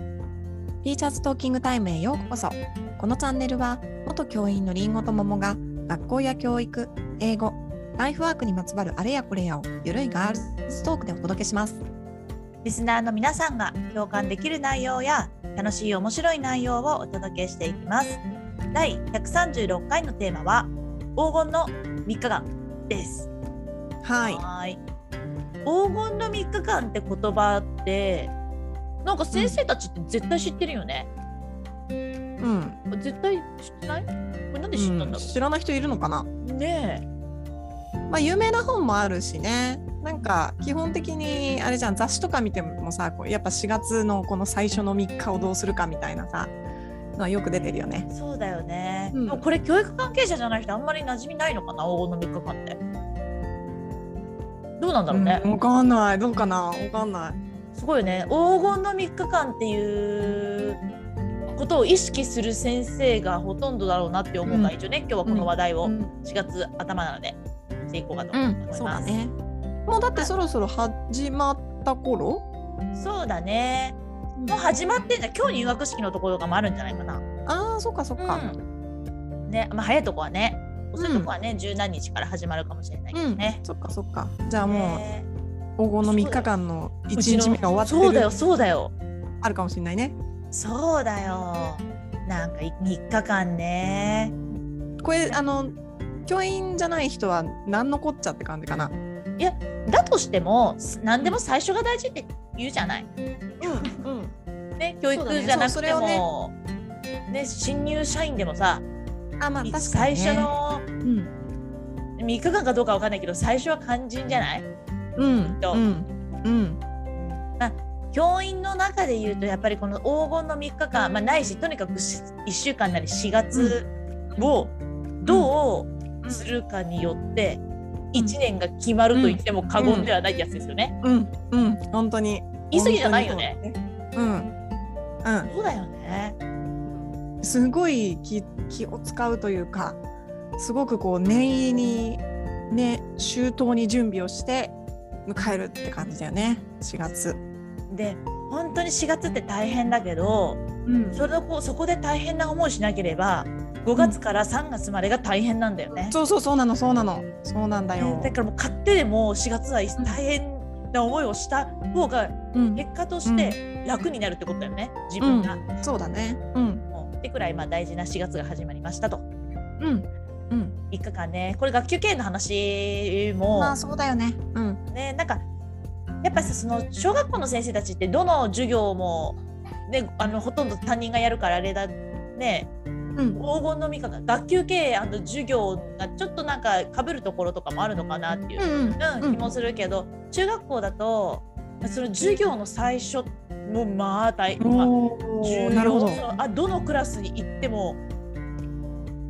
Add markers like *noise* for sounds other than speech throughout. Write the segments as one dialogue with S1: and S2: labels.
S1: ティーチャーズトーキングタイムへようこそこのチャンネルは元教員のりんごと桃が学校や教育英語ライフワークにまつわるあれやこれやをゆるいガールズトークでお届けします
S2: リスナーの皆さんが共感できる内容や楽しい面白い内容をお届けしていきます。第136回のテーマは黄金の3日間です。
S1: はい
S2: い黄金の3日間って言葉ってなんか先生たちって絶対知ってるよね。
S1: うん、
S2: 絶対知ってない？これなんで知ったんだろ
S1: 知らない人いるのかな
S2: う。ね
S1: まあ有名な本もあるしねなんか基本的にあれじゃん雑誌とか見てもさこうやっぱ4月のこの最初の3日をどうするかみたいなさのはよく出てるよね
S2: え。そうだよね。
S1: うん
S2: でもこれ教育関係者じゃない人あんまり馴染みないのかな黄金の3日間って。どうなんだろうね。
S1: うんわかんないどうかなわかんない
S2: すごいね黄金の3日間っていうことを意識する先生がほとんどだろうなって思うから、
S1: うん
S2: 一応ね今日はこの話題を
S1: う
S2: 4
S1: ん、
S2: 月頭なのでしていこうかと思います、
S1: そうだねもうだってそろそろ始まった頃
S2: そうだねもう
S1: あ
S2: 始まってんじゃん今日入学式のところとかもあるんじゃないかな、
S1: あーそっかそっか、
S2: うんねまあ、早いとこはね遅いとこはね、十何日から始まるかもしれないけどね、
S1: そっかそっかじゃあも
S2: ね
S1: う黄金の3日間の1日目が終わってる
S2: そうだよそうだよ
S1: あるかもしれないね
S2: そうだよなんかい3日間ね
S1: これあの教員じゃない人は何のこっちゃって感じかな
S2: だとしてもす何でも最初が大事って言うじゃない。
S1: うんうん
S2: ね、教育じゃなく
S1: そう
S2: て
S1: だね
S2: も、ね新入社員でもさ、
S1: あまあ確かに、ね、
S2: 最初の
S1: うん
S2: 3日間かどうかわかんないけど最初は肝心じゃない
S1: うん
S2: と
S1: うんうん
S2: 教員の中で言うとやっぱりこの黄金の3日間、まあ、ないしとにかくし1週間なり4月をどうするかによって1年が決まると言っても過言ではないやつですよね。
S1: うんうん本当に
S2: 言い過ぎじゃないよね。
S1: 本当にそうだねうんうん
S2: そうだよね。
S1: すごい気気を使うというかすごくこう念入りにね周到に準備をして迎えるって感じだよね4月。
S2: で本当に4月って大変だけど
S1: うん
S2: それをこうそこで大変な思いしなければ5月から3月までが大変なんだよね。
S1: そうそうそうなのそうなのそうなんだよ
S2: ね。だからもう勝手でも4月は大変な思いをした方が
S1: うん
S2: 結果として楽になるってことだよね自分が。
S1: そうだね。うん
S2: もうってくらいまあ大事な4月が始まりましたと
S1: うんうん。
S2: 3日間ねこれ学級経営の話も、
S1: まあそうだよね。うん
S2: ねなんかやっぱさその小学校の先生たちってどの授業も、ね、あのほとんど担任がやるからあれだね
S1: うん
S2: 黄金の三日間学級経営授業がちょっとなんかかぶるところとかもあるのかなっていうう、
S1: ん
S2: うん
S1: うん
S2: 気もするけど中学校だとその授業の最初もうまあ大
S1: うん。
S2: まあ重
S1: お
S2: 要
S1: おなるほど
S2: そ。のあどのクラスに行っても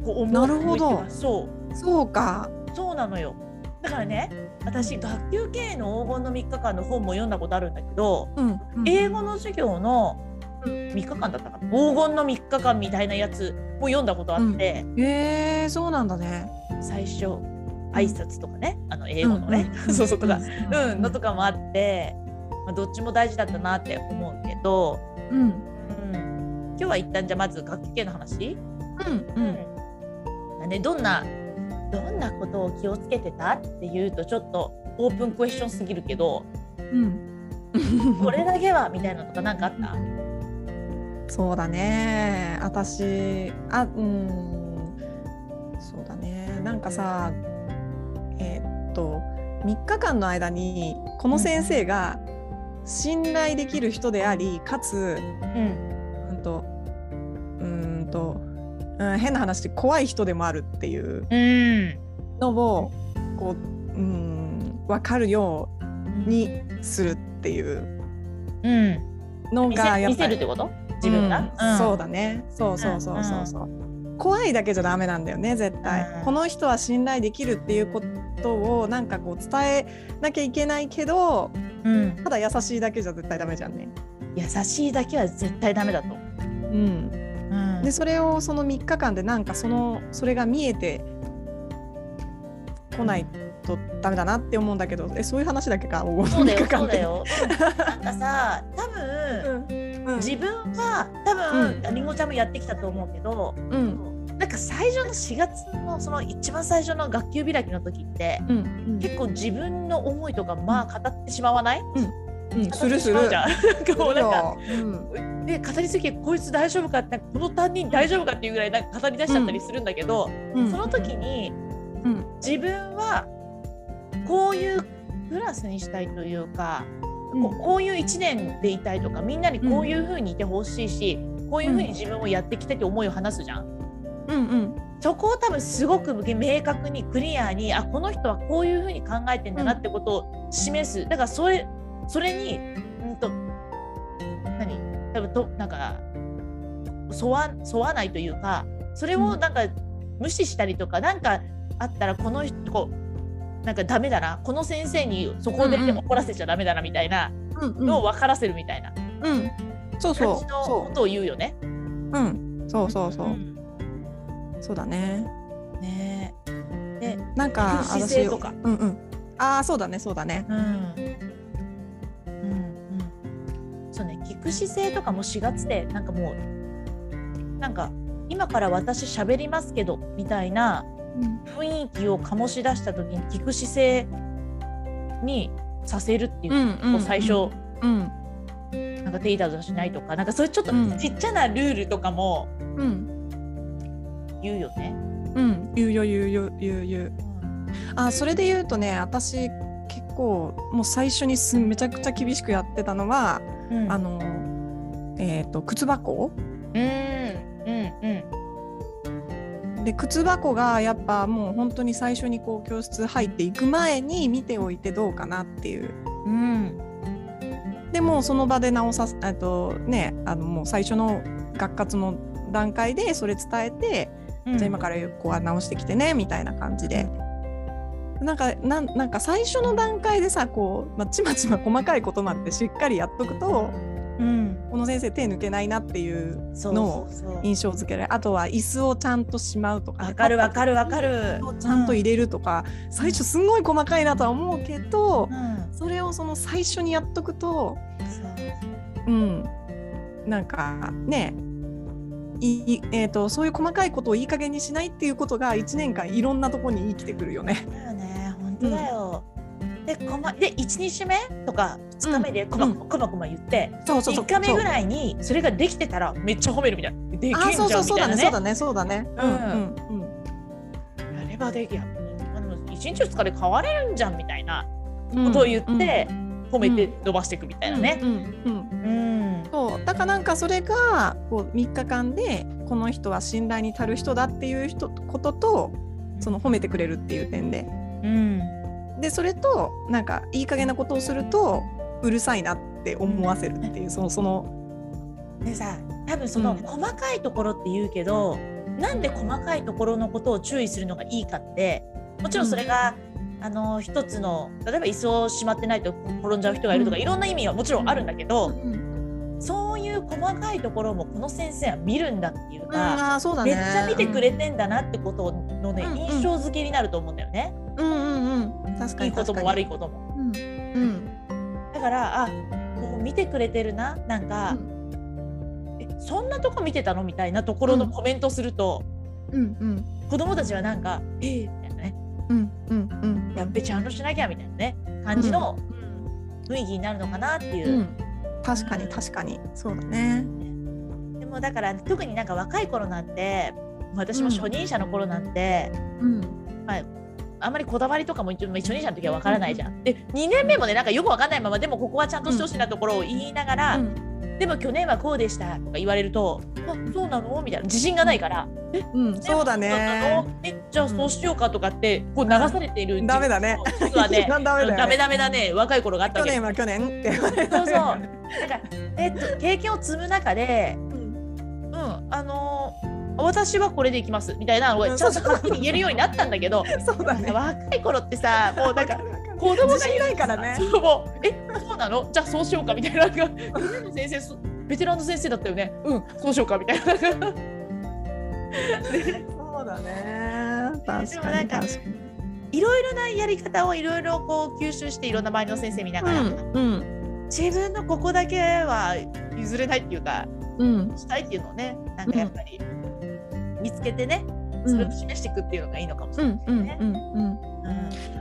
S2: こう思う
S1: なるほど
S2: 動いてますそ
S1: そうか。
S2: うそうなのよだからね私学級経営の黄金の3日間の本も読んだことあるんだけど
S1: うんうん
S2: 英語の授業の3日間だったかな黄金の3日間みたいなやつも読んだことあって。
S1: へえそうなんだね。
S2: 最初挨拶とかね、あの英語のね、
S1: ん
S2: *laughs* そうそうとか、うんのと
S1: か。
S2: かもあって、まあ、どっちも大事だったなって思うけど、
S1: うん
S2: うん、今日は一旦じゃあまず楽器系の話、
S1: うんうん。
S2: まあね、どんなどんなことを気をつけてたっていうとちょっとオープンクエスチョンすぎるけど
S1: うん、
S2: これだけはみたいなのとか何かあった、
S1: そうだね私あうんそうだねなんかさえーっと3日間の間にこの先生が信頼できる人でありかつ
S2: う
S1: う
S2: ん、
S1: んとうんと、うん、変な話で怖い人でもあるっていう
S2: うん
S1: のをこう、うん、分かるようにするっていう
S2: うん
S1: の
S2: 見
S1: が
S2: せ
S1: や
S2: 見
S1: っぱ
S2: せ
S1: り
S2: るってこと自分が、
S1: うん
S2: ん
S1: そうだねそうそうそうそうそう、怖いだけじゃダメなんだよね絶対、
S2: うん
S1: この人は信頼できるっていうことをなんかこう伝えなきゃいけないけど
S2: うん、
S1: ただ優しいだけじゃ絶対ダメじゃんね、
S2: 優しいだけは絶対ダメだと。
S1: うん、
S2: うん
S1: でそれをその3日間でなんかそのそれが見えてこないとダメだなって思うんだけどえそういう話だっけか黄金
S2: そう
S1: の
S2: だ
S1: 3
S2: よ
S1: 日間
S2: そう
S1: っ
S2: だ
S1: て
S2: よ。なんかさ多分、
S1: うんうん
S2: 自分は多
S1: う
S2: 分りんごちゃんもやってきたと思うけど、
S1: うん
S2: なんか最初の4月のその一番最初の学級開きの時って
S1: うん
S2: 結構自分の思いとかまあ語ってしまわない、
S1: うん
S2: 語
S1: す
S2: っ
S1: るす
S2: てし
S1: る
S2: まうじゃんなんかもうなん *laughs* か
S1: するよ
S2: で語りすぎてこいつ大丈夫かってこの担任大丈夫かっていうぐらいなんか語り出しちゃったりするんだけど、
S1: うんうん
S2: その時に
S1: うん
S2: 自分はこういうクラスにしたいというか、こうこういう1年でいたいとかみんなにこういう風にいてほしいし、こういう風に自分をやっていきたいって思いを話すじゃん。
S1: うんうん
S2: そこを多分すごく明確にクリアにあこの人はこういう風に考えてんだなってことを示す、だからそれそれにうんと何多分となんか沿わ沿わないというかそれをなんか無視したりとか、なんかあったらこの人こうなんかダメだなこの先生にそこで
S1: うんうん
S2: 怒らせちゃダメだなみたいな
S1: うんうん
S2: のを分からせるみたいな
S1: うんそうそ
S2: 感
S1: う
S2: じのこ
S1: そ
S2: とを言うよね。
S1: ううんそうそうそううんそうだね
S2: ねえで
S1: なんか
S2: 行く姿勢とか
S1: 私うんうんああそうだねそうだね
S2: うんうんうんそうね聞く姿勢とかも4月でなんかもうなんか今から私喋りますけどみたいな雰囲気を醸し出した時に聞く姿勢にさせるっていうう、
S1: ん
S2: こう最初
S1: うん
S2: なんか手いたずらしないとかなんかそういうちょっと
S1: うん
S2: ちっちゃなルールとかも
S1: うん
S2: 言うよね。
S1: うん言うよ言うよ言う言う
S2: うん
S1: あそれで言うとね私結構もう最初にすめちゃくちゃ厳しくやってたのは、
S2: うん
S1: あのえっ、と靴箱
S2: うんうんうん
S1: で靴箱がやっぱもう本当に最初にこう教室入っていく前に見ておいてどうかなっていう
S2: うん
S1: でもうその場で直さすえっとねあのもう最初の学活の段階でそれ伝えて、じゃあ今からここは直してきてねみたいな感じで。なんかなんなんか最初の段階でさこう、まあ、ちまちま細かいことまでしっかりやっとくと
S2: うん
S1: この先生手抜けないなっていう
S2: そうそうそう
S1: 印象付けられあとは椅子をちゃんとしまうとかね、
S2: わかるわかるわかる
S1: をちゃんと入れるとか、最初すごい細かいなとは思うけど
S2: う、ん
S1: それをその最初にやっとくと
S2: そ
S1: う
S2: う
S1: んなんかねいいえー、とそういう細かいことをいい加減にしないっていうことが1年間いろんなとこに生きてくるよね。
S2: だよね本当だよ、でこまで1日目とか2日目でこま,、
S1: うん
S2: こまこま言って
S1: そうそうそう
S2: 3日目ぐらいにそれができてたらめっちゃ褒めるみたいなできんじゃ
S1: あ
S2: ん
S1: ー
S2: み
S1: そうそうそう
S2: た
S1: だ
S2: いな
S1: ね
S2: ね
S1: そうだねそうだね。うんうんうん
S2: やればできやあの1日2日で変われるんじゃんみたいな
S1: うん
S2: ことを言って、褒めて伸ばしていくみたいなね
S1: うんうんうん
S2: うん、
S1: そうだからなんかそれがこう3日間でこの人は信頼に足る人だっていう人こととその褒めてくれるっていう点で
S2: うん
S1: でそれとなんかいい加減なことをするとうるさいなって思わせるっていうそのその
S2: でさ多分その
S1: うん
S2: 細かいところって言うけど、なんで細かいところのことを注意するのがいいかってもちろんそれが、あの一つの例えば椅子をしまってないと転んじゃう人がいるとか、
S1: うん
S2: いろんな意味はもちろんあるんだけど、そういう細かいところもこの先生は見るんだっていうか、
S1: ああそうだ
S2: め
S1: ね
S2: っちゃ見てくれてんだなってことのね、
S1: うん
S2: 印象付けになると思うんだよね。
S1: うんうんうん確か
S2: い
S1: に
S2: いことも悪いことも。
S1: うんうん
S2: だからあもう見てくれてるななんか、えそんなとこ見てたのみたいなところのコメントすると。
S1: うんうん
S2: 子供たちはなんか「えーみたいなね
S1: うんうんうん
S2: 「やっべちゃんとしなきゃ」みたいなね感じの雰囲気になるのかなっていう
S1: う、ん確かに確かにそうだね
S2: でもだから特になんか若い頃なんて私も初任者の頃なんて、
S1: うん
S2: あんまりこだわりとかも一応初任者の時はわからないじゃん。で2年目もねなんかよくわかんないままでもここはちゃんとしてほしいなところを言いながら、でも去年はこうでしたとか言われると「あそうなの?」みたいな自信がないから「
S1: うんそうだ
S2: な
S1: ね
S2: のえじゃあそうしようか」とかってこう流されている
S1: ダメだね
S2: 自分は
S1: *laughs*
S2: ね
S1: ダメだよね
S2: ダメダメだね若い頃があった
S1: 去
S2: わけ
S1: 年は去
S2: です
S1: 年って
S2: そうそう。なんか、えっと、経験を積む中で、
S1: うん
S2: うん、あのー私はこれでいきますみたいなの
S1: う
S2: が
S1: ん
S2: ちゃん
S1: そ
S2: と
S1: うそう
S2: はっきり言えるようになったんだけど、
S1: そうだね
S2: 若い頃って
S1: *laughs*
S2: さ、もうなんか。子供が
S1: 自信ないからね
S2: そうもうえそうなのじゃあそうしようかみたいななんかみんなの先生そベテランの先生だったよねうんそうしようかみたいななんか
S1: そうだね確
S2: でも
S1: か
S2: な
S1: に
S2: んか
S1: 確かに
S2: いろいろなやり方をいろいろこう吸収していろんな周りの先生見ながら、
S1: うん
S2: 自分のここだけは譲れないっていうか
S1: うん、
S2: したいっていうのをねなんかやっぱり見つけてねそれを示していくっていうのがいいのかもし
S1: う
S2: れない
S1: ん
S2: です
S1: うん
S2: ね。
S1: うんうん
S2: うん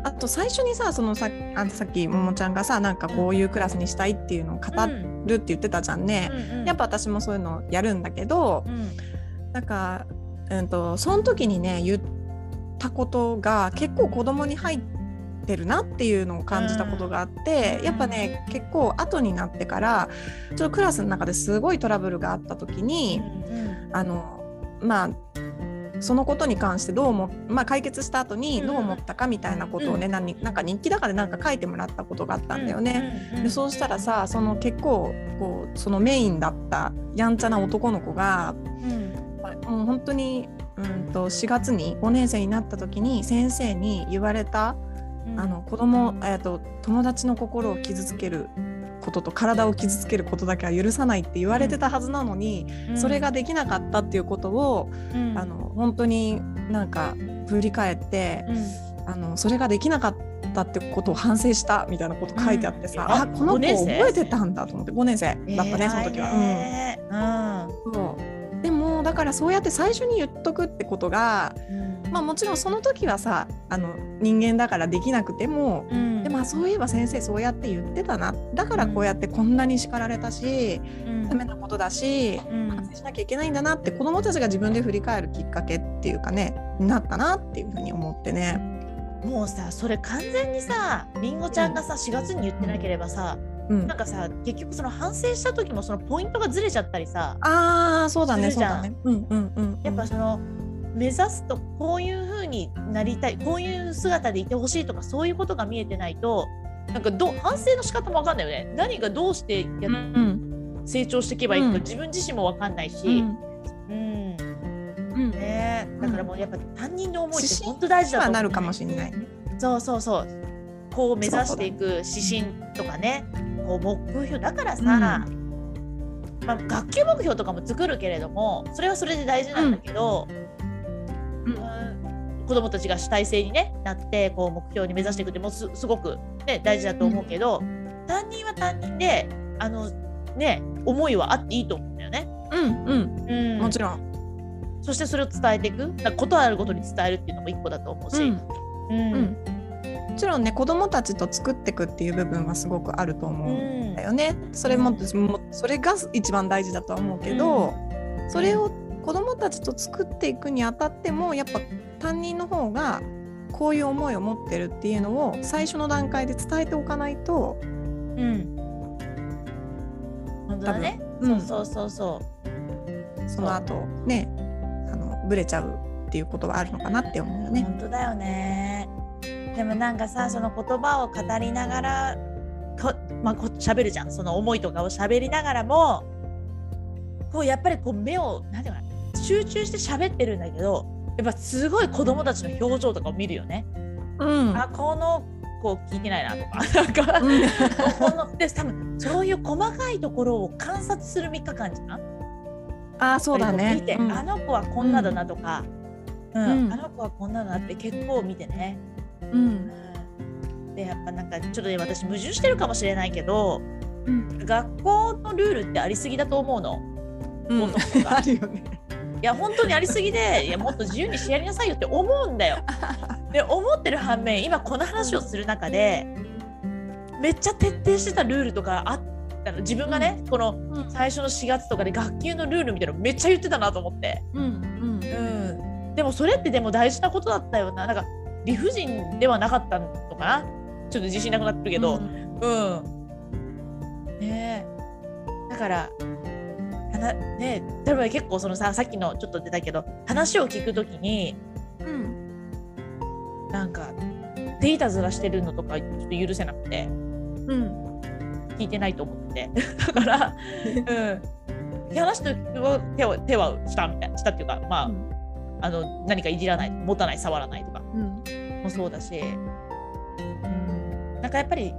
S1: あと最初にさそのさあさっきももちゃんがさなんかこういうクラスにしたいっていうのを語
S2: うん
S1: るって言ってたじゃんね。
S2: うんうん
S1: やっぱ私もそういうのやるんだけど
S2: うん
S1: なんか、うん、とその時にね言ったことが結構子供に入ってるなっていうのを感じたことがあって、
S2: うん
S1: やっぱね結構後になってからちょっとクラスの中ですごいトラブルがあった時に。
S2: うん
S1: あのまあそのことに関してどうも、まあ、解決した後に
S2: うん
S1: どう思ったかみたいなことをね、
S2: うん
S1: 何なんか日記だからなんか書いてもらったことがあったんだよね。。
S2: うん
S1: でそうしたらさその結構こうそのメインだったやんちゃな男の子が
S2: うん
S1: もう本当にうんと4月に5年生になった時に先生に言われた
S2: うん
S1: あの子供えっと友達の心を傷つけることと体を傷つけることだけは許さないって言われてたはずなのに、それが、できなかったっていうことを、
S2: うん
S1: あの本当になんか振り返って、
S2: うん
S1: あのそれができなかったってことを反省したみたいなこと書いてあってさ、
S2: うん
S1: あ
S2: あ
S1: この
S2: 五
S1: 子
S2: 年
S1: 覚
S2: 生
S1: えてたんだと思って5年生だったね、その時は。うん
S2: えー
S1: そうでもだからそうやって最初に言っとくってことが、
S2: うん
S1: まあ、もちろんその時はさあの人間だからできなくても。
S2: うん
S1: でまあ、そういえば先生そうやって言ってたなだからこうやってこんなに叱られたし
S2: うん
S1: ダメなことだし
S2: うん
S1: 反省しなきゃいけないんだなって子どもたちが自分で振り返るきっかけっていうかねになったなっていうふうに思ってね。
S2: もうさそれ完全にさりんごちゃんがさ4月に言ってなければさ
S1: うん
S2: なん、かさ結局その反省した時もそのポイントがずれちゃったりさ
S1: あーそうだね
S2: す
S1: そ
S2: る
S1: う
S2: じゃん
S1: だね。うんうんうん、
S2: やっぱその目指すとこういう風になりたいこういう姿でいてほしいとかそういうことが見えてないとなんかどう反省の仕方も分かんないよね何がどうしてや
S1: うんうん
S2: 成長していけばいいのか、
S1: うん
S2: 自分自身も分かんないし、
S1: うん
S2: うん
S1: うん
S2: ねえだからもうやっぱ担任の思いって
S1: 指針
S2: 本当大事だと
S1: は
S2: 思う
S1: なるかもしれない。
S2: そうそうそうこう目指していく指針とかねこう目標だからさ、
S1: うん
S2: まあ、学級目標とかも作るけれどもそれはそれで大事なんだけど、
S1: うん
S2: うん子どもたちが主体性に、ね、なってこう目標に目指していくってもうすすごく、ね、大事だと思うけど、担任は担任であの、ね、思いはあっていいと思うんだよね。
S1: うんうん、
S2: うん、
S1: もちろん。
S2: そしてそれを伝えていくだからことあるごとに伝えるっていうのも一個だと思うし。うん
S1: うんもちろんね子どもたちと作っていくっていう部分はすごくあると思うんだよね。それももそれが一番大事だとは思うけど、それを子どもたちと作っていくにあたってもやっぱ担任の方がこういう思いを持ってるっていうのを最初の段階で伝えておかないと、
S2: うん。本当だね。
S1: 多分うん
S2: そうそうそうそう。
S1: その後ねあのブレちゃうっていうことはあるのかなって思うよね。
S2: 本当だよね。でもなんかさその言葉を語りながらこまあこ喋るじゃんその思いとかを喋りながらもこうやっぱりこう目をなんていうのかな集中して喋ってるんだけどやっぱすごい子供たちの表情とかを見るよね。
S1: うん
S2: あこの子聞いてないな
S1: *laughs*
S2: とかなんか。
S1: うん
S2: こので多分そういう細かいところを観察する3日間じゃん
S1: あーそうだね。
S2: 見て、
S1: うん
S2: あの子はこんなだなとか、うん
S1: うん
S2: あの子はこんなだなって結構見てね、
S1: うん
S2: でやっぱなんかちょっとね私矛盾してるかもしれないけど
S1: うん
S2: 学校のルールってありすぎだと思うの
S1: うん
S2: もっとこうか
S1: あるよね。
S2: いや本当にありすぎ
S1: *laughs*
S2: でいやもっと自由にしてやりなさいよって思うんだよで思ってる反面今この話をする中でめっちゃ徹底してたルールとかあったの自分がねこの
S1: うん
S2: 最初の4月とかで学級のルールみたいなのめっちゃ言ってたなと思って。
S1: うん
S2: うん、でもそれってでも大事なことだったよななんか理不尽ではなかったのかなちょっと自信なくなってるけどうん、ねえだからはなねえ例えば結構そのささっきのちょっと出たけど話を聞くときに
S1: うん
S2: なんか手いたずらしてるのとかちょっと許せなくて
S1: うん
S2: 聞いてないと思ってて
S1: *laughs*
S2: だからうん話して手を手はしたみたいなしたっていうかまあ,、
S1: うん
S2: あの何かいじらない持たない触らないとか
S1: うん
S2: もそうだし、うん、なんかやっぱり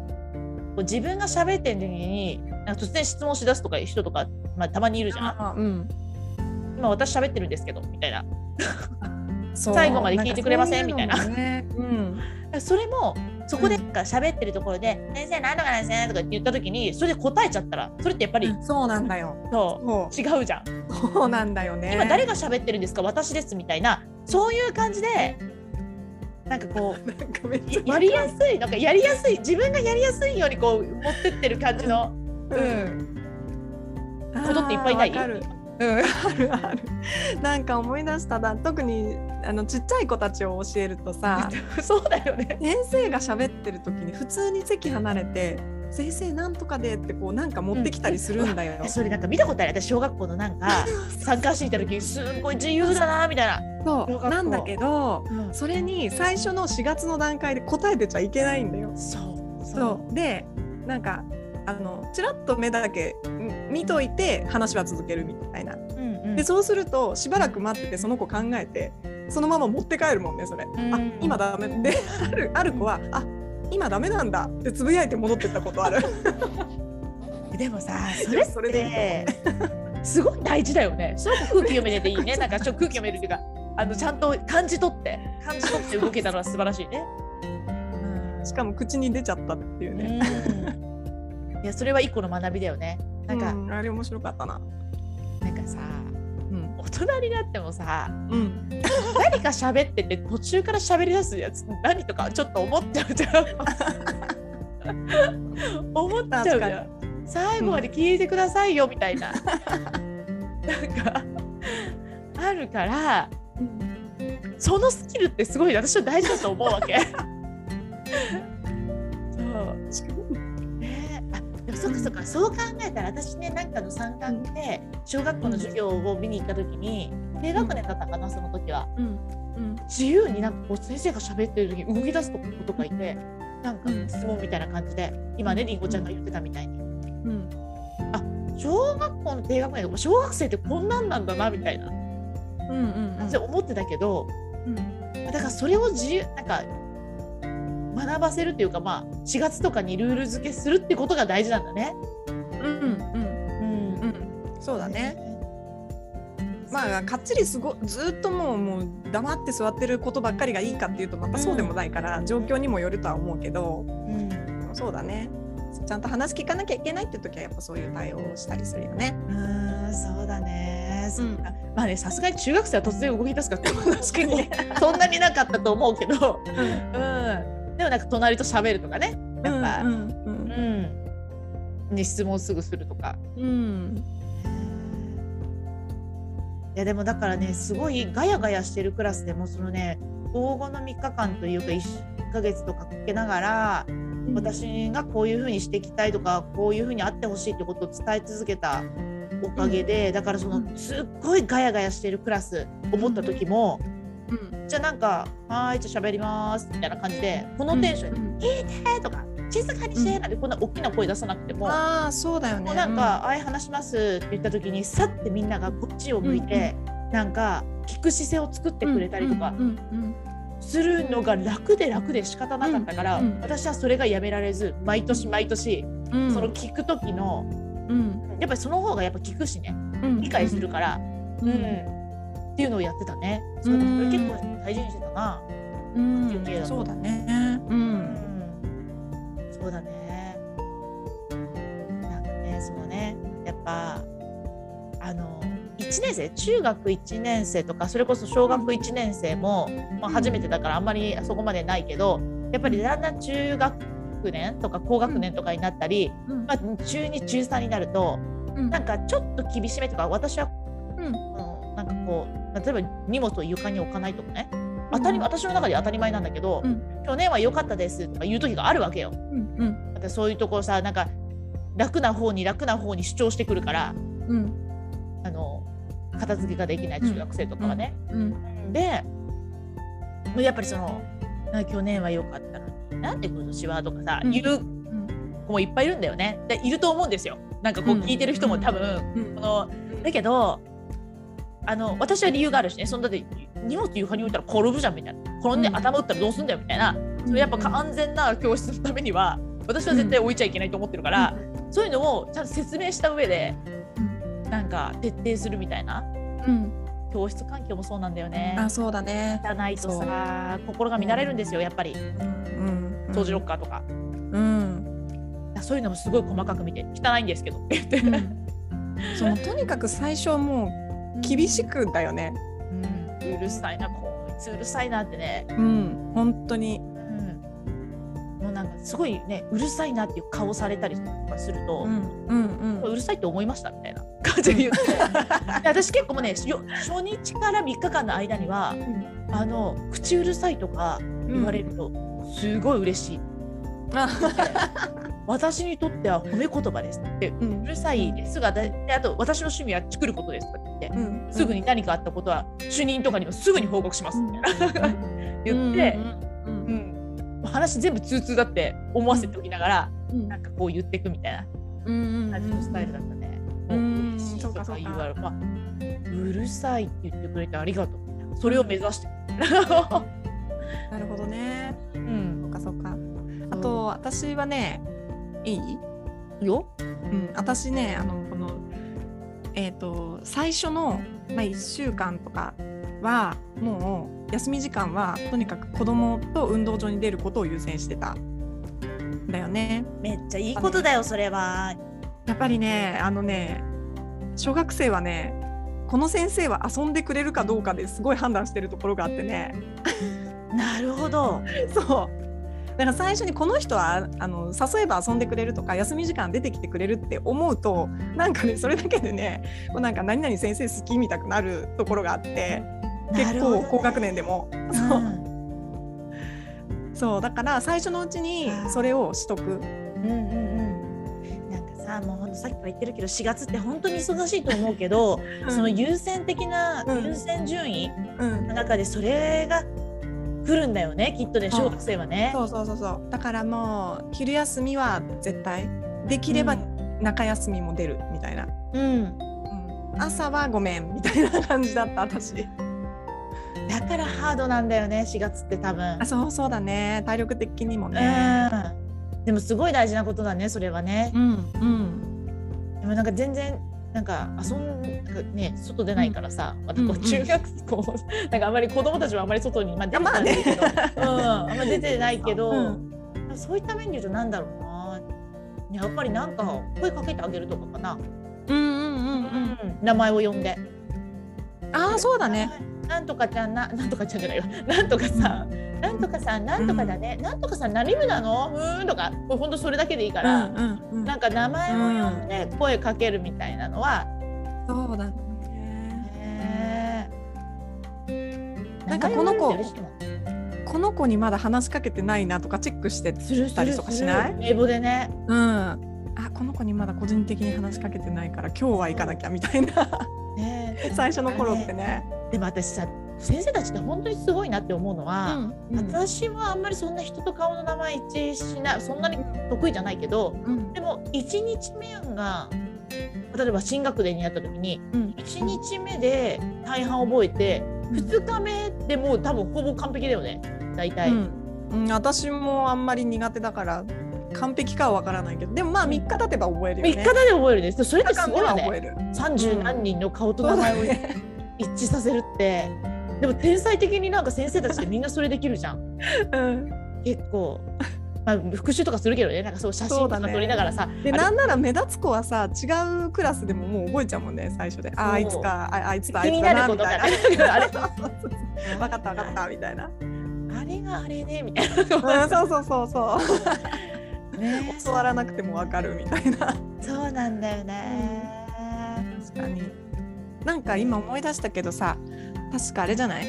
S2: こう自分が喋ってる時になんか突然質問しだすとかいう人とか、まあ、たまにいるじゃん
S1: あうん
S2: 今私喋ってるんですけどみたいな
S1: そう
S2: 最後まで聞いてくれません
S1: んかそううのもねうん
S2: それもそこでなんか喋ってるところで「先生何とかなんですね」とかって言った時にそれで答えちゃったらそれってやっぱり、
S1: うんそうなんだよ。
S2: そう
S1: そ
S2: 違うじゃん。
S1: うそうなんだよね。
S2: 今誰が喋ってるんですか私ですみたいなそういう感じでなんかこう
S1: なんかめっちゃ
S2: ややりやすいなんかやりやすい自分がやりやすいようにこう持ってってる感じの、
S1: う
S2: うん、
S1: あー
S2: ことっていっぱいない
S1: わかるうん、あるあるなんか思い出したな特にあのちっちゃい子たちを教えるとさ
S2: *laughs* そうだよね。
S1: 先生が喋ってる時に普通に席離れて「先生なんとかで」ってこうなんか持ってきたりするんだよ。
S2: それなんか見たことある私小学校のなんか参観していた時すっごい自由だなみたいな。
S1: そ
S2: 小学
S1: う
S2: 校
S1: なんだけど
S2: うん
S1: それに最初の4月の段階で答えてちゃいけないんだよ。
S2: そう
S1: そうでなんかあのちらっと目だけん見といて話は続けるみたいな。
S2: う、うんうん、
S1: でそうするとしばらく待っててその子考えてそのまま持って帰るもんねそれ。
S2: ん
S1: あ今ダメであるある子はあ今ダメなんだってつぶやいて戻ってったことあ *laughs* る。
S2: でも *laughs* さそれって
S1: それで
S2: すごい大事だよねすごく空気読めてていいねなんかちょっと空気読めるっていうかあのちゃんと感じ取って感じ取って動けたのは素晴らしいね。
S1: しかも口に出ちゃったっていう
S2: う
S1: ね。
S2: んいやそれは一個の学びだよね。なんか、
S1: うんあれ面白かったな。
S2: なんかさ
S1: うん
S2: 大人になってもさ
S1: うん、
S2: 何か喋ってて途中から喋り出すやつ何とかちょっと思っちゃうじゃん。思っちゃうじ
S1: 確か
S2: ゃん。最後まで聞いてくださいよみたいな。なんかあるからそのスキルってすごい私は大事だと思うわ
S1: *laughs*
S2: け。そうねえあでもそっかそっか、そう考えたら私ねなんかの参観で小学校の授業を見に行った時に低学年だったかなその時は
S1: うんうん
S2: 自由になんかこう先生が喋ってる時に動き出す子とかいてなんか質問みたいな感じで今ねりんごちゃんが言ってたみたいに
S1: うん
S2: 小学校の低学年とか小学生ってこんなんなんだなみたいな
S1: うんうん
S2: 感じで思ってたけど、
S1: うん
S2: だからそれを自由なんか学ばせるというかまあ4月とかにルール付けするってことが大事なんだね。
S1: うん
S2: うん
S1: うんうんそうだね。。まあかっちりすごずっともうもう黙って座ってることばっかりがいいかっていうとまたそうでもないから、状況にもよるとは思うけど
S2: うん、
S1: そうだねちゃんと話聞かなきゃいけないって時はやっぱそういう対応をしたりするよね。
S2: うんそうだね。そっ
S1: うん
S2: かまあねさすがに中学生は突然動き出すから確
S1: かにね
S2: そんなになかったと思うけど、うん、でもなんか隣と喋るとかねやっぱ、
S1: う
S2: うん
S1: んうん
S2: に質問すぐするとか。
S1: うん
S2: いやでもだからねすごいガヤガヤしてるクラスでもそのね老後の3日間というか1ヶ月とかかけながら私がこういうふうにしていきたいとかこういうふうにあってほしいってことを伝え続けたおかげでだからそのすっごいガヤガヤしてるクラス思った時も
S1: うん
S2: じゃあなんか「はーいじゃあ喋ります」みたいな感じでこのテンションで
S1: ン
S2: 「聞いて!」とか「静かにして!」なんてこんな大きな声出さなくても。
S1: ああそうだよ
S2: も
S1: ね
S2: うなんか「あい話します」って言った時にさってみんながこっちを向いて、なんか聞く姿勢を作ってくれたりとか
S1: うんうん
S2: するのが楽で楽で仕方なかったから、
S1: うんうん
S2: 私はそれがやめられず毎年毎年、
S1: うん
S2: その聞く時の
S1: うん
S2: やっぱりその方がやっぱ聞くしね
S1: うん
S2: 理解するから、
S1: うん
S2: うんっていうのをやってたね。そうれ
S1: ん
S2: 結構大事にしてたな、
S1: うん
S2: 休憩だ
S1: そうだねう
S2: うんん、そうだねなんかねそのねやっぱあの1年生中学1年生とかそれこそ小学1年生も、まあ、
S1: うん
S2: 初めてだからあんまりそこまでないけどやっぱりだんだん中学年とか高学年とかになったり、
S1: うん
S2: まあ、中2中3になると
S1: うん
S2: なんかちょっと厳しめとか私は、
S1: うん
S2: うんなんかこう例えば荷物を床に置かないとかね当たり私の中で当たり前なんだけど、
S1: うん
S2: 去年は良かったですとか言う時があるわけよ。
S1: うんうん
S2: またそういうところさなんか楽な方に楽な方に主張してくるから
S1: うん
S2: あの片付けができない中学生とかはね。
S1: うん
S2: でもうやっぱりそのあ去年は良かったのになんで今年はとかさ、
S1: うん
S2: 言う子もいっぱいいるんだよねでいると思うんですよなんかこう
S1: うん
S2: 聞いてる人も多分、
S1: うん
S2: このだけどあの私は理由があるしねそんなで荷物床に置いたら転ぶじゃんみたいな転んで
S1: うん
S2: 頭打ったらどうすんだよみたいな、それやっぱ安全な教室のためには私は絶対置いちゃいけないと思ってるから、そういうのをちゃんと説明した上でなんか徹底するみたいな
S1: うん
S2: 教室環境もそうなんだよね。
S1: あそうだね
S2: じゃないとさ心が乱れるんですよやっぱり。
S1: うん
S2: 掃除ロッカーとか、
S1: うん、
S2: いやそういうのもすごい細かく見て汚いんですけどって言って、
S1: そのとにかく最初はもう厳しくだよね。
S2: うんうるさいなこいつうるさいなってね、
S1: うん、本当に。
S2: もうなんかすごいねうるさいなっていう顔されたりとかすると、
S1: うん、うん、
S2: う
S1: うん。
S2: るさいって思いましたみたいな感じで言ってで私結構もうねよ初日から3日間の間にはあの口うるさいとか言われるとすごい嬉しい、
S1: あ
S2: 私にとっては褒め言葉ですって
S1: う、
S2: うんるさいですがであと私の趣味は作ることですとか言って
S1: うん、
S2: すぐに何かあったことは主任とかにもすぐに報告しますみたいな *laughs* 言って、
S1: う、
S2: うんん話全部通通だって思わせておきながら、
S1: うん
S2: なんかこう言っていくみたいな
S1: うん、
S2: 感じのスタイルだったね。
S1: うん
S2: も嬉しい
S1: そうかそうか
S2: と言われまあうるさいって言ってくれてありがとうみたいな。それを目指して。
S1: なるほどね。
S2: うん
S1: そっか、そっか。あと、私はね。いい。
S2: よ。
S1: うん、私ね、あの、この。えっ、と、最初の、まあ、一週間とか。は、もう休み時間は、とにかく子供と運動場に出ることを優先してた。だよね。
S2: めっちゃいいことだよそれは。
S1: やっぱりね、あのね。小学生はね。この先生は遊んでくれるかどうかですごい判断してるところがあってね。
S2: なるほど。
S1: そう。だから最初にこの人はあの誘えば遊んでくれるとか休み時間出てきてくれるって思うとなんかねそれだけでねもうなんか何々先生好きみたくなるところがあって
S2: な
S1: 結
S2: るほど
S1: 構高学年でも
S2: う
S1: そうんそうだから最初のうちに
S2: あー
S1: それをしとく
S2: うんうんうん。なんかさもうほんとさっきから言ってるけど4月って本当に忙しいと思 *laughs* うけど、その優先的な
S1: うん
S2: 優先順位
S1: うん
S2: の中でそれが来るんだよねきっとね小学生はね。
S1: そうそうそうそうだからもう昼休みは絶対できれば中休みも出るみたいな、
S2: うん。
S1: うん朝はごめんみたいな感じだった私
S2: だからハードなんだよね4月って多分
S1: あ。そうそうだね体力的にもね
S2: うんでもすごい大事なことだねそれはね。
S1: うんうん
S2: でもなんか全然なんか遊んなんかね外出ないからさ、またこ
S1: う
S2: うん中学校、 *laughs* なんかあんまり子供たちはあんまり外にまあ出てたんだけど、うんあんまり出てないけど、
S1: うん
S2: そういった面で言うとなんだろうな。やっぱりなんか声かけてあげるとかかな、
S1: うんうんうんうん。
S2: 名前を呼んで
S1: ああそうだね。
S2: なんとかちゃんななんとかちゃんじゃないよなんとかさんなんとかさんなんとかだね、なんとかさん何部なのうーんとかもうほんとそれだけでいいから、
S1: うん
S2: なんか名前を呼んで声かけるみたいなのは、
S1: そうだね。
S2: へー
S1: なんかこの子
S2: 名前を呼んで嬉しくない
S1: この子にまだ話しかけてないなとかチェックして。
S2: する
S1: たりとかしない
S2: するする英語でね
S1: うん。あこの子にまだ個人的に話しかけてないから今日は行かなきゃみたい *laughs* な
S2: ね
S1: 最初の頃ってね。
S2: でも私さ先生たちって本当にすごいなって思うのは、
S1: うん
S2: 私はあんまりそんな人と顔の名前一致しないそんなに得意じゃないけど
S1: うん
S2: でも1日目が例えば新学年になった時に
S1: うん
S2: 1日目で大半覚えて2日目でもう多分ほぼ完璧だよね大体、
S1: うんうん私もあんまり苦手だから完璧かはわからないけどでもまあ三日経てば覚えるよ
S2: 3
S1: ね。
S2: 日だで覚えるですそれって
S1: 三
S2: す
S1: 日
S2: ご
S1: 間
S2: い
S1: で
S2: よ
S1: は覚え
S2: ね
S1: る。
S2: 30何人の顔と
S1: そ
S2: 名
S1: うだ
S2: 前を
S1: ね。
S2: 一致させるってでも天才的になんか先生たちってみんなそれできるじゃん
S1: うん
S2: 結構。まあ、復習とかするけどねなんかそう写真とか撮りながらさ、
S1: で
S2: あれ
S1: なんなら目立つ子はさ違うクラスでももう覚えちゃうもんね最初で。あーあいつかああいつだあ
S2: 気
S1: い
S2: に
S1: つ
S2: な
S1: だな
S2: るこ
S1: み
S2: と
S1: たい
S2: が
S1: な
S2: ね。あれ
S1: 分かった分かったみたいな。
S2: *laughs* あれがあれねみたい
S1: *laughs* うん、そうそうそうそう。
S2: な、ね
S1: 教わらなくてもわかるみたいな。
S2: そうなんだよね。
S1: 確かに。なんか今思い出したけどさ、確かあれじゃない？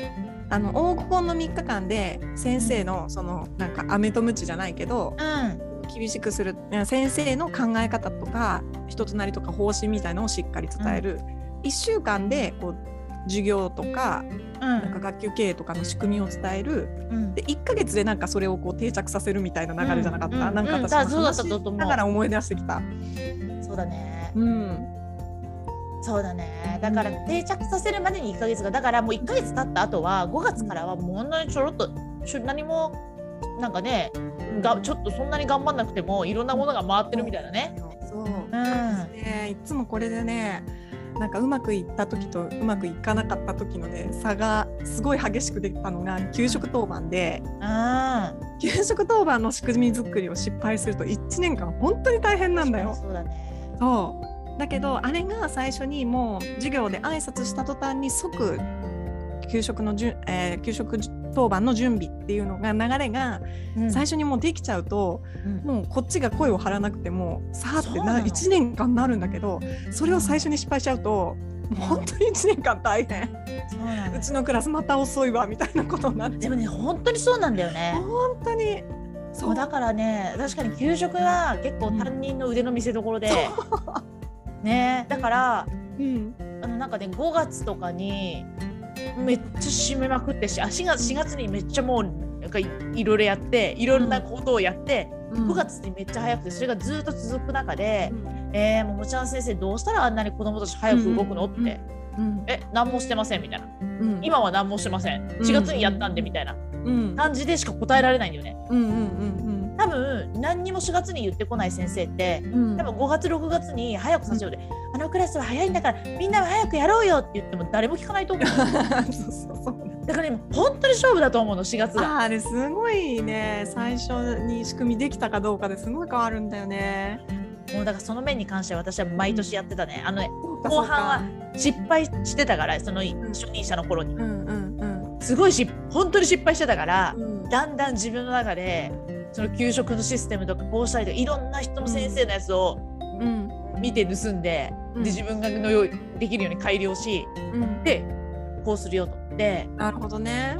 S1: あの黄金の3日間で先生のそのなんか飴とムチじゃないけど
S2: うん、
S1: 厳しくする先生の考え方とか人となりとか方針みたいのをしっかり伝える、1週間でこう授業とか
S2: うん、
S1: なんか学級経営とかの仕組みを伝える
S2: うん、
S1: で1か月でなんかそれをこう定着させるみたいな流れじゃなかった、
S2: うんうん
S1: なんか
S2: うん
S1: 私
S2: だそうだったと思う
S1: 話しながら思い出してきた。
S2: そうだね。
S1: うん、
S2: そうだね。だから
S1: うん
S2: 定着させるまでに1ヶ月が、だからもう1ヶ月経った後は、5月からはもう本当にちょろっと、ちょ何も、なんかね、がちょっとそんなに頑張んなくても、いろんなものが回ってるみたいなね。
S1: そう、
S2: うん。
S1: ねいつもこれでねなんかうまくいった時とうまくいかなかった時のね差がすごい激しくできたのが給食当番で
S2: ああ
S1: 給食当番の仕組み作りを失敗すると1年間本当に大変なんだよ。
S2: そうだね
S1: そうだけどあれが最初にもう授業で挨拶した途端に即給食のじゅん、えー給食当番の準備っていうのが流れが
S2: うん
S1: 最初にもうできちゃうと、
S2: うん
S1: もうこっちが声を張らなくてもさーっ
S2: そ
S1: て
S2: うな
S1: な
S2: の
S1: 1年間なるんだけどそれを最初に失敗しちゃうと。もう本当に1年間大変
S2: そうなん
S1: う
S2: だ
S1: ちのクラスまた遅いわみたいなことになっち
S2: で
S1: ゃ
S2: も
S1: う
S2: ね本当にそうなんだよね
S1: 本当にそ
S2: そううだからね確かに給食は結構担任の腕の見せ所で、ねだから
S1: うん
S2: あのなんかね5月とかにめっちゃ締めまくってしあ4月4月にめっちゃもうなんかいいろいろやっていろんなことをやって、
S1: うん
S2: 5月にめっちゃ早くてそれがずっと続く中で
S1: う、ん
S2: えー、もうもちゃん先生どうしたらあんなに子供たち早く動くのって、
S1: うんうん
S2: え何もしてませんみたいな
S1: うん
S2: 今は何もしてません
S1: ん
S2: 4月にやったんでみたいな
S1: うん
S2: 感じでしか答えられないんだよね
S1: うんうん
S2: 多分何にも4月に言ってこない先生って
S1: うんうん
S2: 多分5月6月に早くさせようで、あのクラスは早いんだからみんなは早くやろうよって言っても誰も聞かないと思う
S1: そうそうそう
S2: だから今本当に勝負だと思うの4月が
S1: あーあれすごいね最初に仕組みできたかどうかですごい変わるんだよね
S2: もうだからその面に関しては私は毎年やってたねあのね
S1: そうか
S2: 後
S1: そうか
S2: 半は失敗してたからその初任者の頃に
S1: うんうんうん
S2: すごいし本当に失敗してたから
S1: うん
S2: だんだん自分の中でその給食のシステムとかこうしたりとかいろんな人の先生のやつを
S1: うん
S2: 見て盗んで,、
S1: うん
S2: で自分がのようできるように改良し
S1: うん
S2: でこうするよと思って。
S1: なるほどね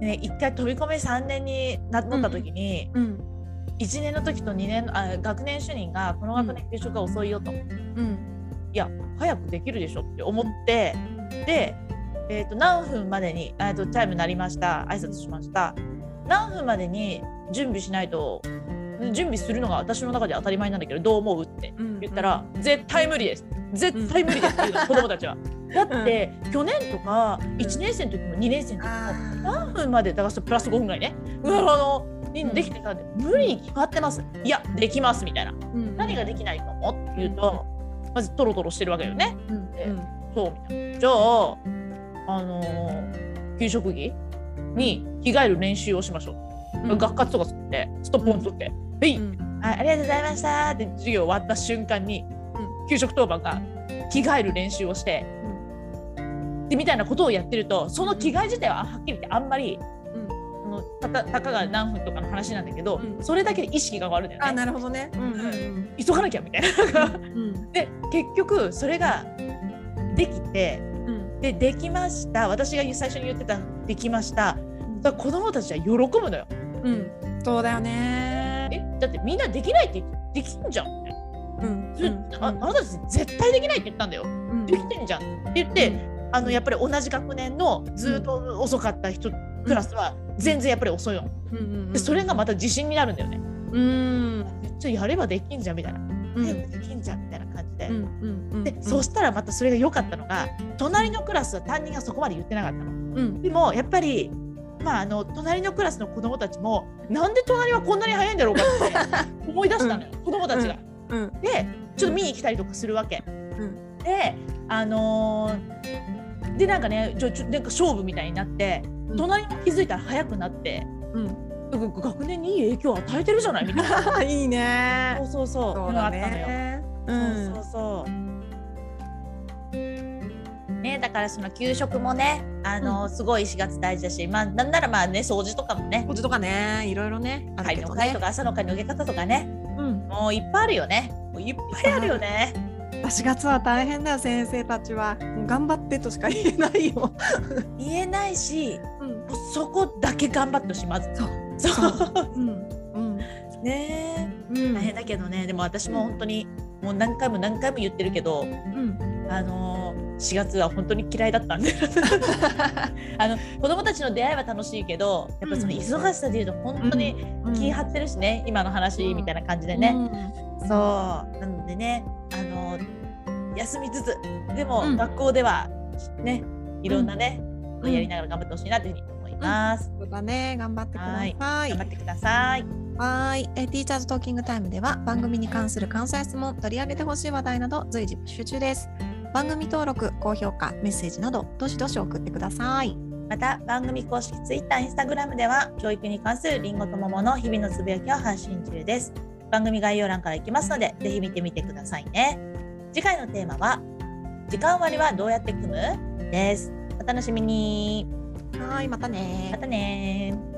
S2: ね、一回飛び込み3年にななった時に、
S1: うん
S2: 1年の時と2年のあ学年主任がこの学年給食が遅いよと、い
S1: うん
S2: や早くできるでしょって思ってで、えー、と何分までにえーとタイムなりました挨拶しました何分までに準備しないと準備するのが私の中で当たり前なんだけどどう思うって
S1: うん
S2: 言ったら、絶対無理です絶対無理ですって言うの子供たちは。だって去年とか1年生の時も2年生の時も
S1: あー
S2: 何分までだからそれプラス5分ぐらいねうわあのにできてたんで無理に決まってますいやできますみたいな
S1: うん
S2: 何ができないのって言うとまずトロトロしてるわけよね
S1: うんうん
S2: そうみたいなじゃああのー給食着に着替える練習をしましょう、
S1: うん
S2: 学活とか作ってストップオン取って、はい、
S1: うん
S2: あありがとうございましたって授業終わった瞬間に、
S1: う
S2: 給食当番が着替える練習をして、でみたいなことをやってるとその着替え自体はあはっきり言ってあんまり、
S1: うん
S2: あのたたたかが何分とかの話なんだけど、
S1: うん
S2: それだけで意識が変わるんだ
S1: あ
S2: よね
S1: なるほどねうんうん
S2: 急がなきゃみたいなで結局それができて
S1: うんうん
S2: でできました私が最初に言ってたできました
S1: うん
S2: だから子供たちは喜ぶのよ
S1: うんそうだよね
S2: えだってみんなできないってできんじゃんみたいな
S1: うん
S2: それああなたたち絶対できないって言ったんだよ
S1: うん
S2: できてんじゃんって言って、あのやっぱり同じ学年のずっと遅かった人、クラスは全然やっぱり遅いの、
S1: うんうんうん
S2: でそれがまた自信になるんだよね
S1: うん
S2: めっちゃやればできんじゃんみたいな、
S1: うん
S2: 早くできんじゃんみたいな感じで、
S1: うんうんうん
S2: でそしたらまたそれが良かったのが隣のクラスは担任がそこまで言ってなかったの
S1: うん
S2: でもやっぱりまああの隣のクラスの子供たちもなんで隣はこんなに早いんだろうか
S1: *laughs*
S2: って思い出したのよ、子供たちが。
S1: うん
S2: でちょっと見に来たりとかするわけ。
S1: ん
S2: であのーでなんかねちょちょなんか勝負みたいになって
S1: うん
S2: 隣も気づいたら早くなって、
S1: うん
S2: なんか学年にいい影響を与えてるじゃないみ
S1: *laughs*
S2: たいな
S1: あいいね。
S2: そうそうそう
S1: そう
S2: のがあ
S1: だ
S2: ったのよ。
S1: ね。う
S2: そうそうそう。ね、だからその給食もね、あのすごい4月大事だし、まあなんならまあね掃除とかもね
S1: こ、っちとかね、いろいろね、ある
S2: 会
S1: け
S2: の
S1: ど
S2: 会
S1: ね
S2: と。か朝の会の受け方とかね、
S1: うん。
S2: もういっぱいあるよね。もういっぱいあるよね。
S1: 4月は大変だよ、先生たちは。もう頑張ってとしか言えないよ。
S2: 言えないし、
S1: うん。
S2: もうそこだけ頑張ってほしいまず。
S1: そう
S2: そう。
S1: うん。うん。
S2: ね
S1: うん。
S2: 大変だけどね、でも私も本当にもう何回も何回も言ってるけど、
S1: うん。
S2: あのー4月は本当に嫌いだっ
S1: *laughs*
S2: たんであの子供たちの出会いは楽しいけどやっぱその忙しさでいうと本当に気張ってるしね、今の話みたいな感じでね、そうなのでねあのー休みつつでも
S1: うん
S2: 学校ではねいろんなね、
S1: うん
S2: やりながら頑張ってほしいなというふうに思います、
S1: そうだね、頑張ってください
S2: 頑張。ってください
S1: はい、えー、ティーチャーズトーキングタイムでは番組に関する関西質問、取り上げてほしい話題など随時募集中です。番組登録高評価メッセージなどどしどし送ってください
S2: また番組公式 Twitter、Instagram では教育に関するりんごと桃の日々のつぶやきを発信中です。番組概要欄から行きますので、ぜひ見てみてくださいね。次回のテーマは、時間割はどうやって組むです。お楽しみに。
S1: はいまたね
S2: またねー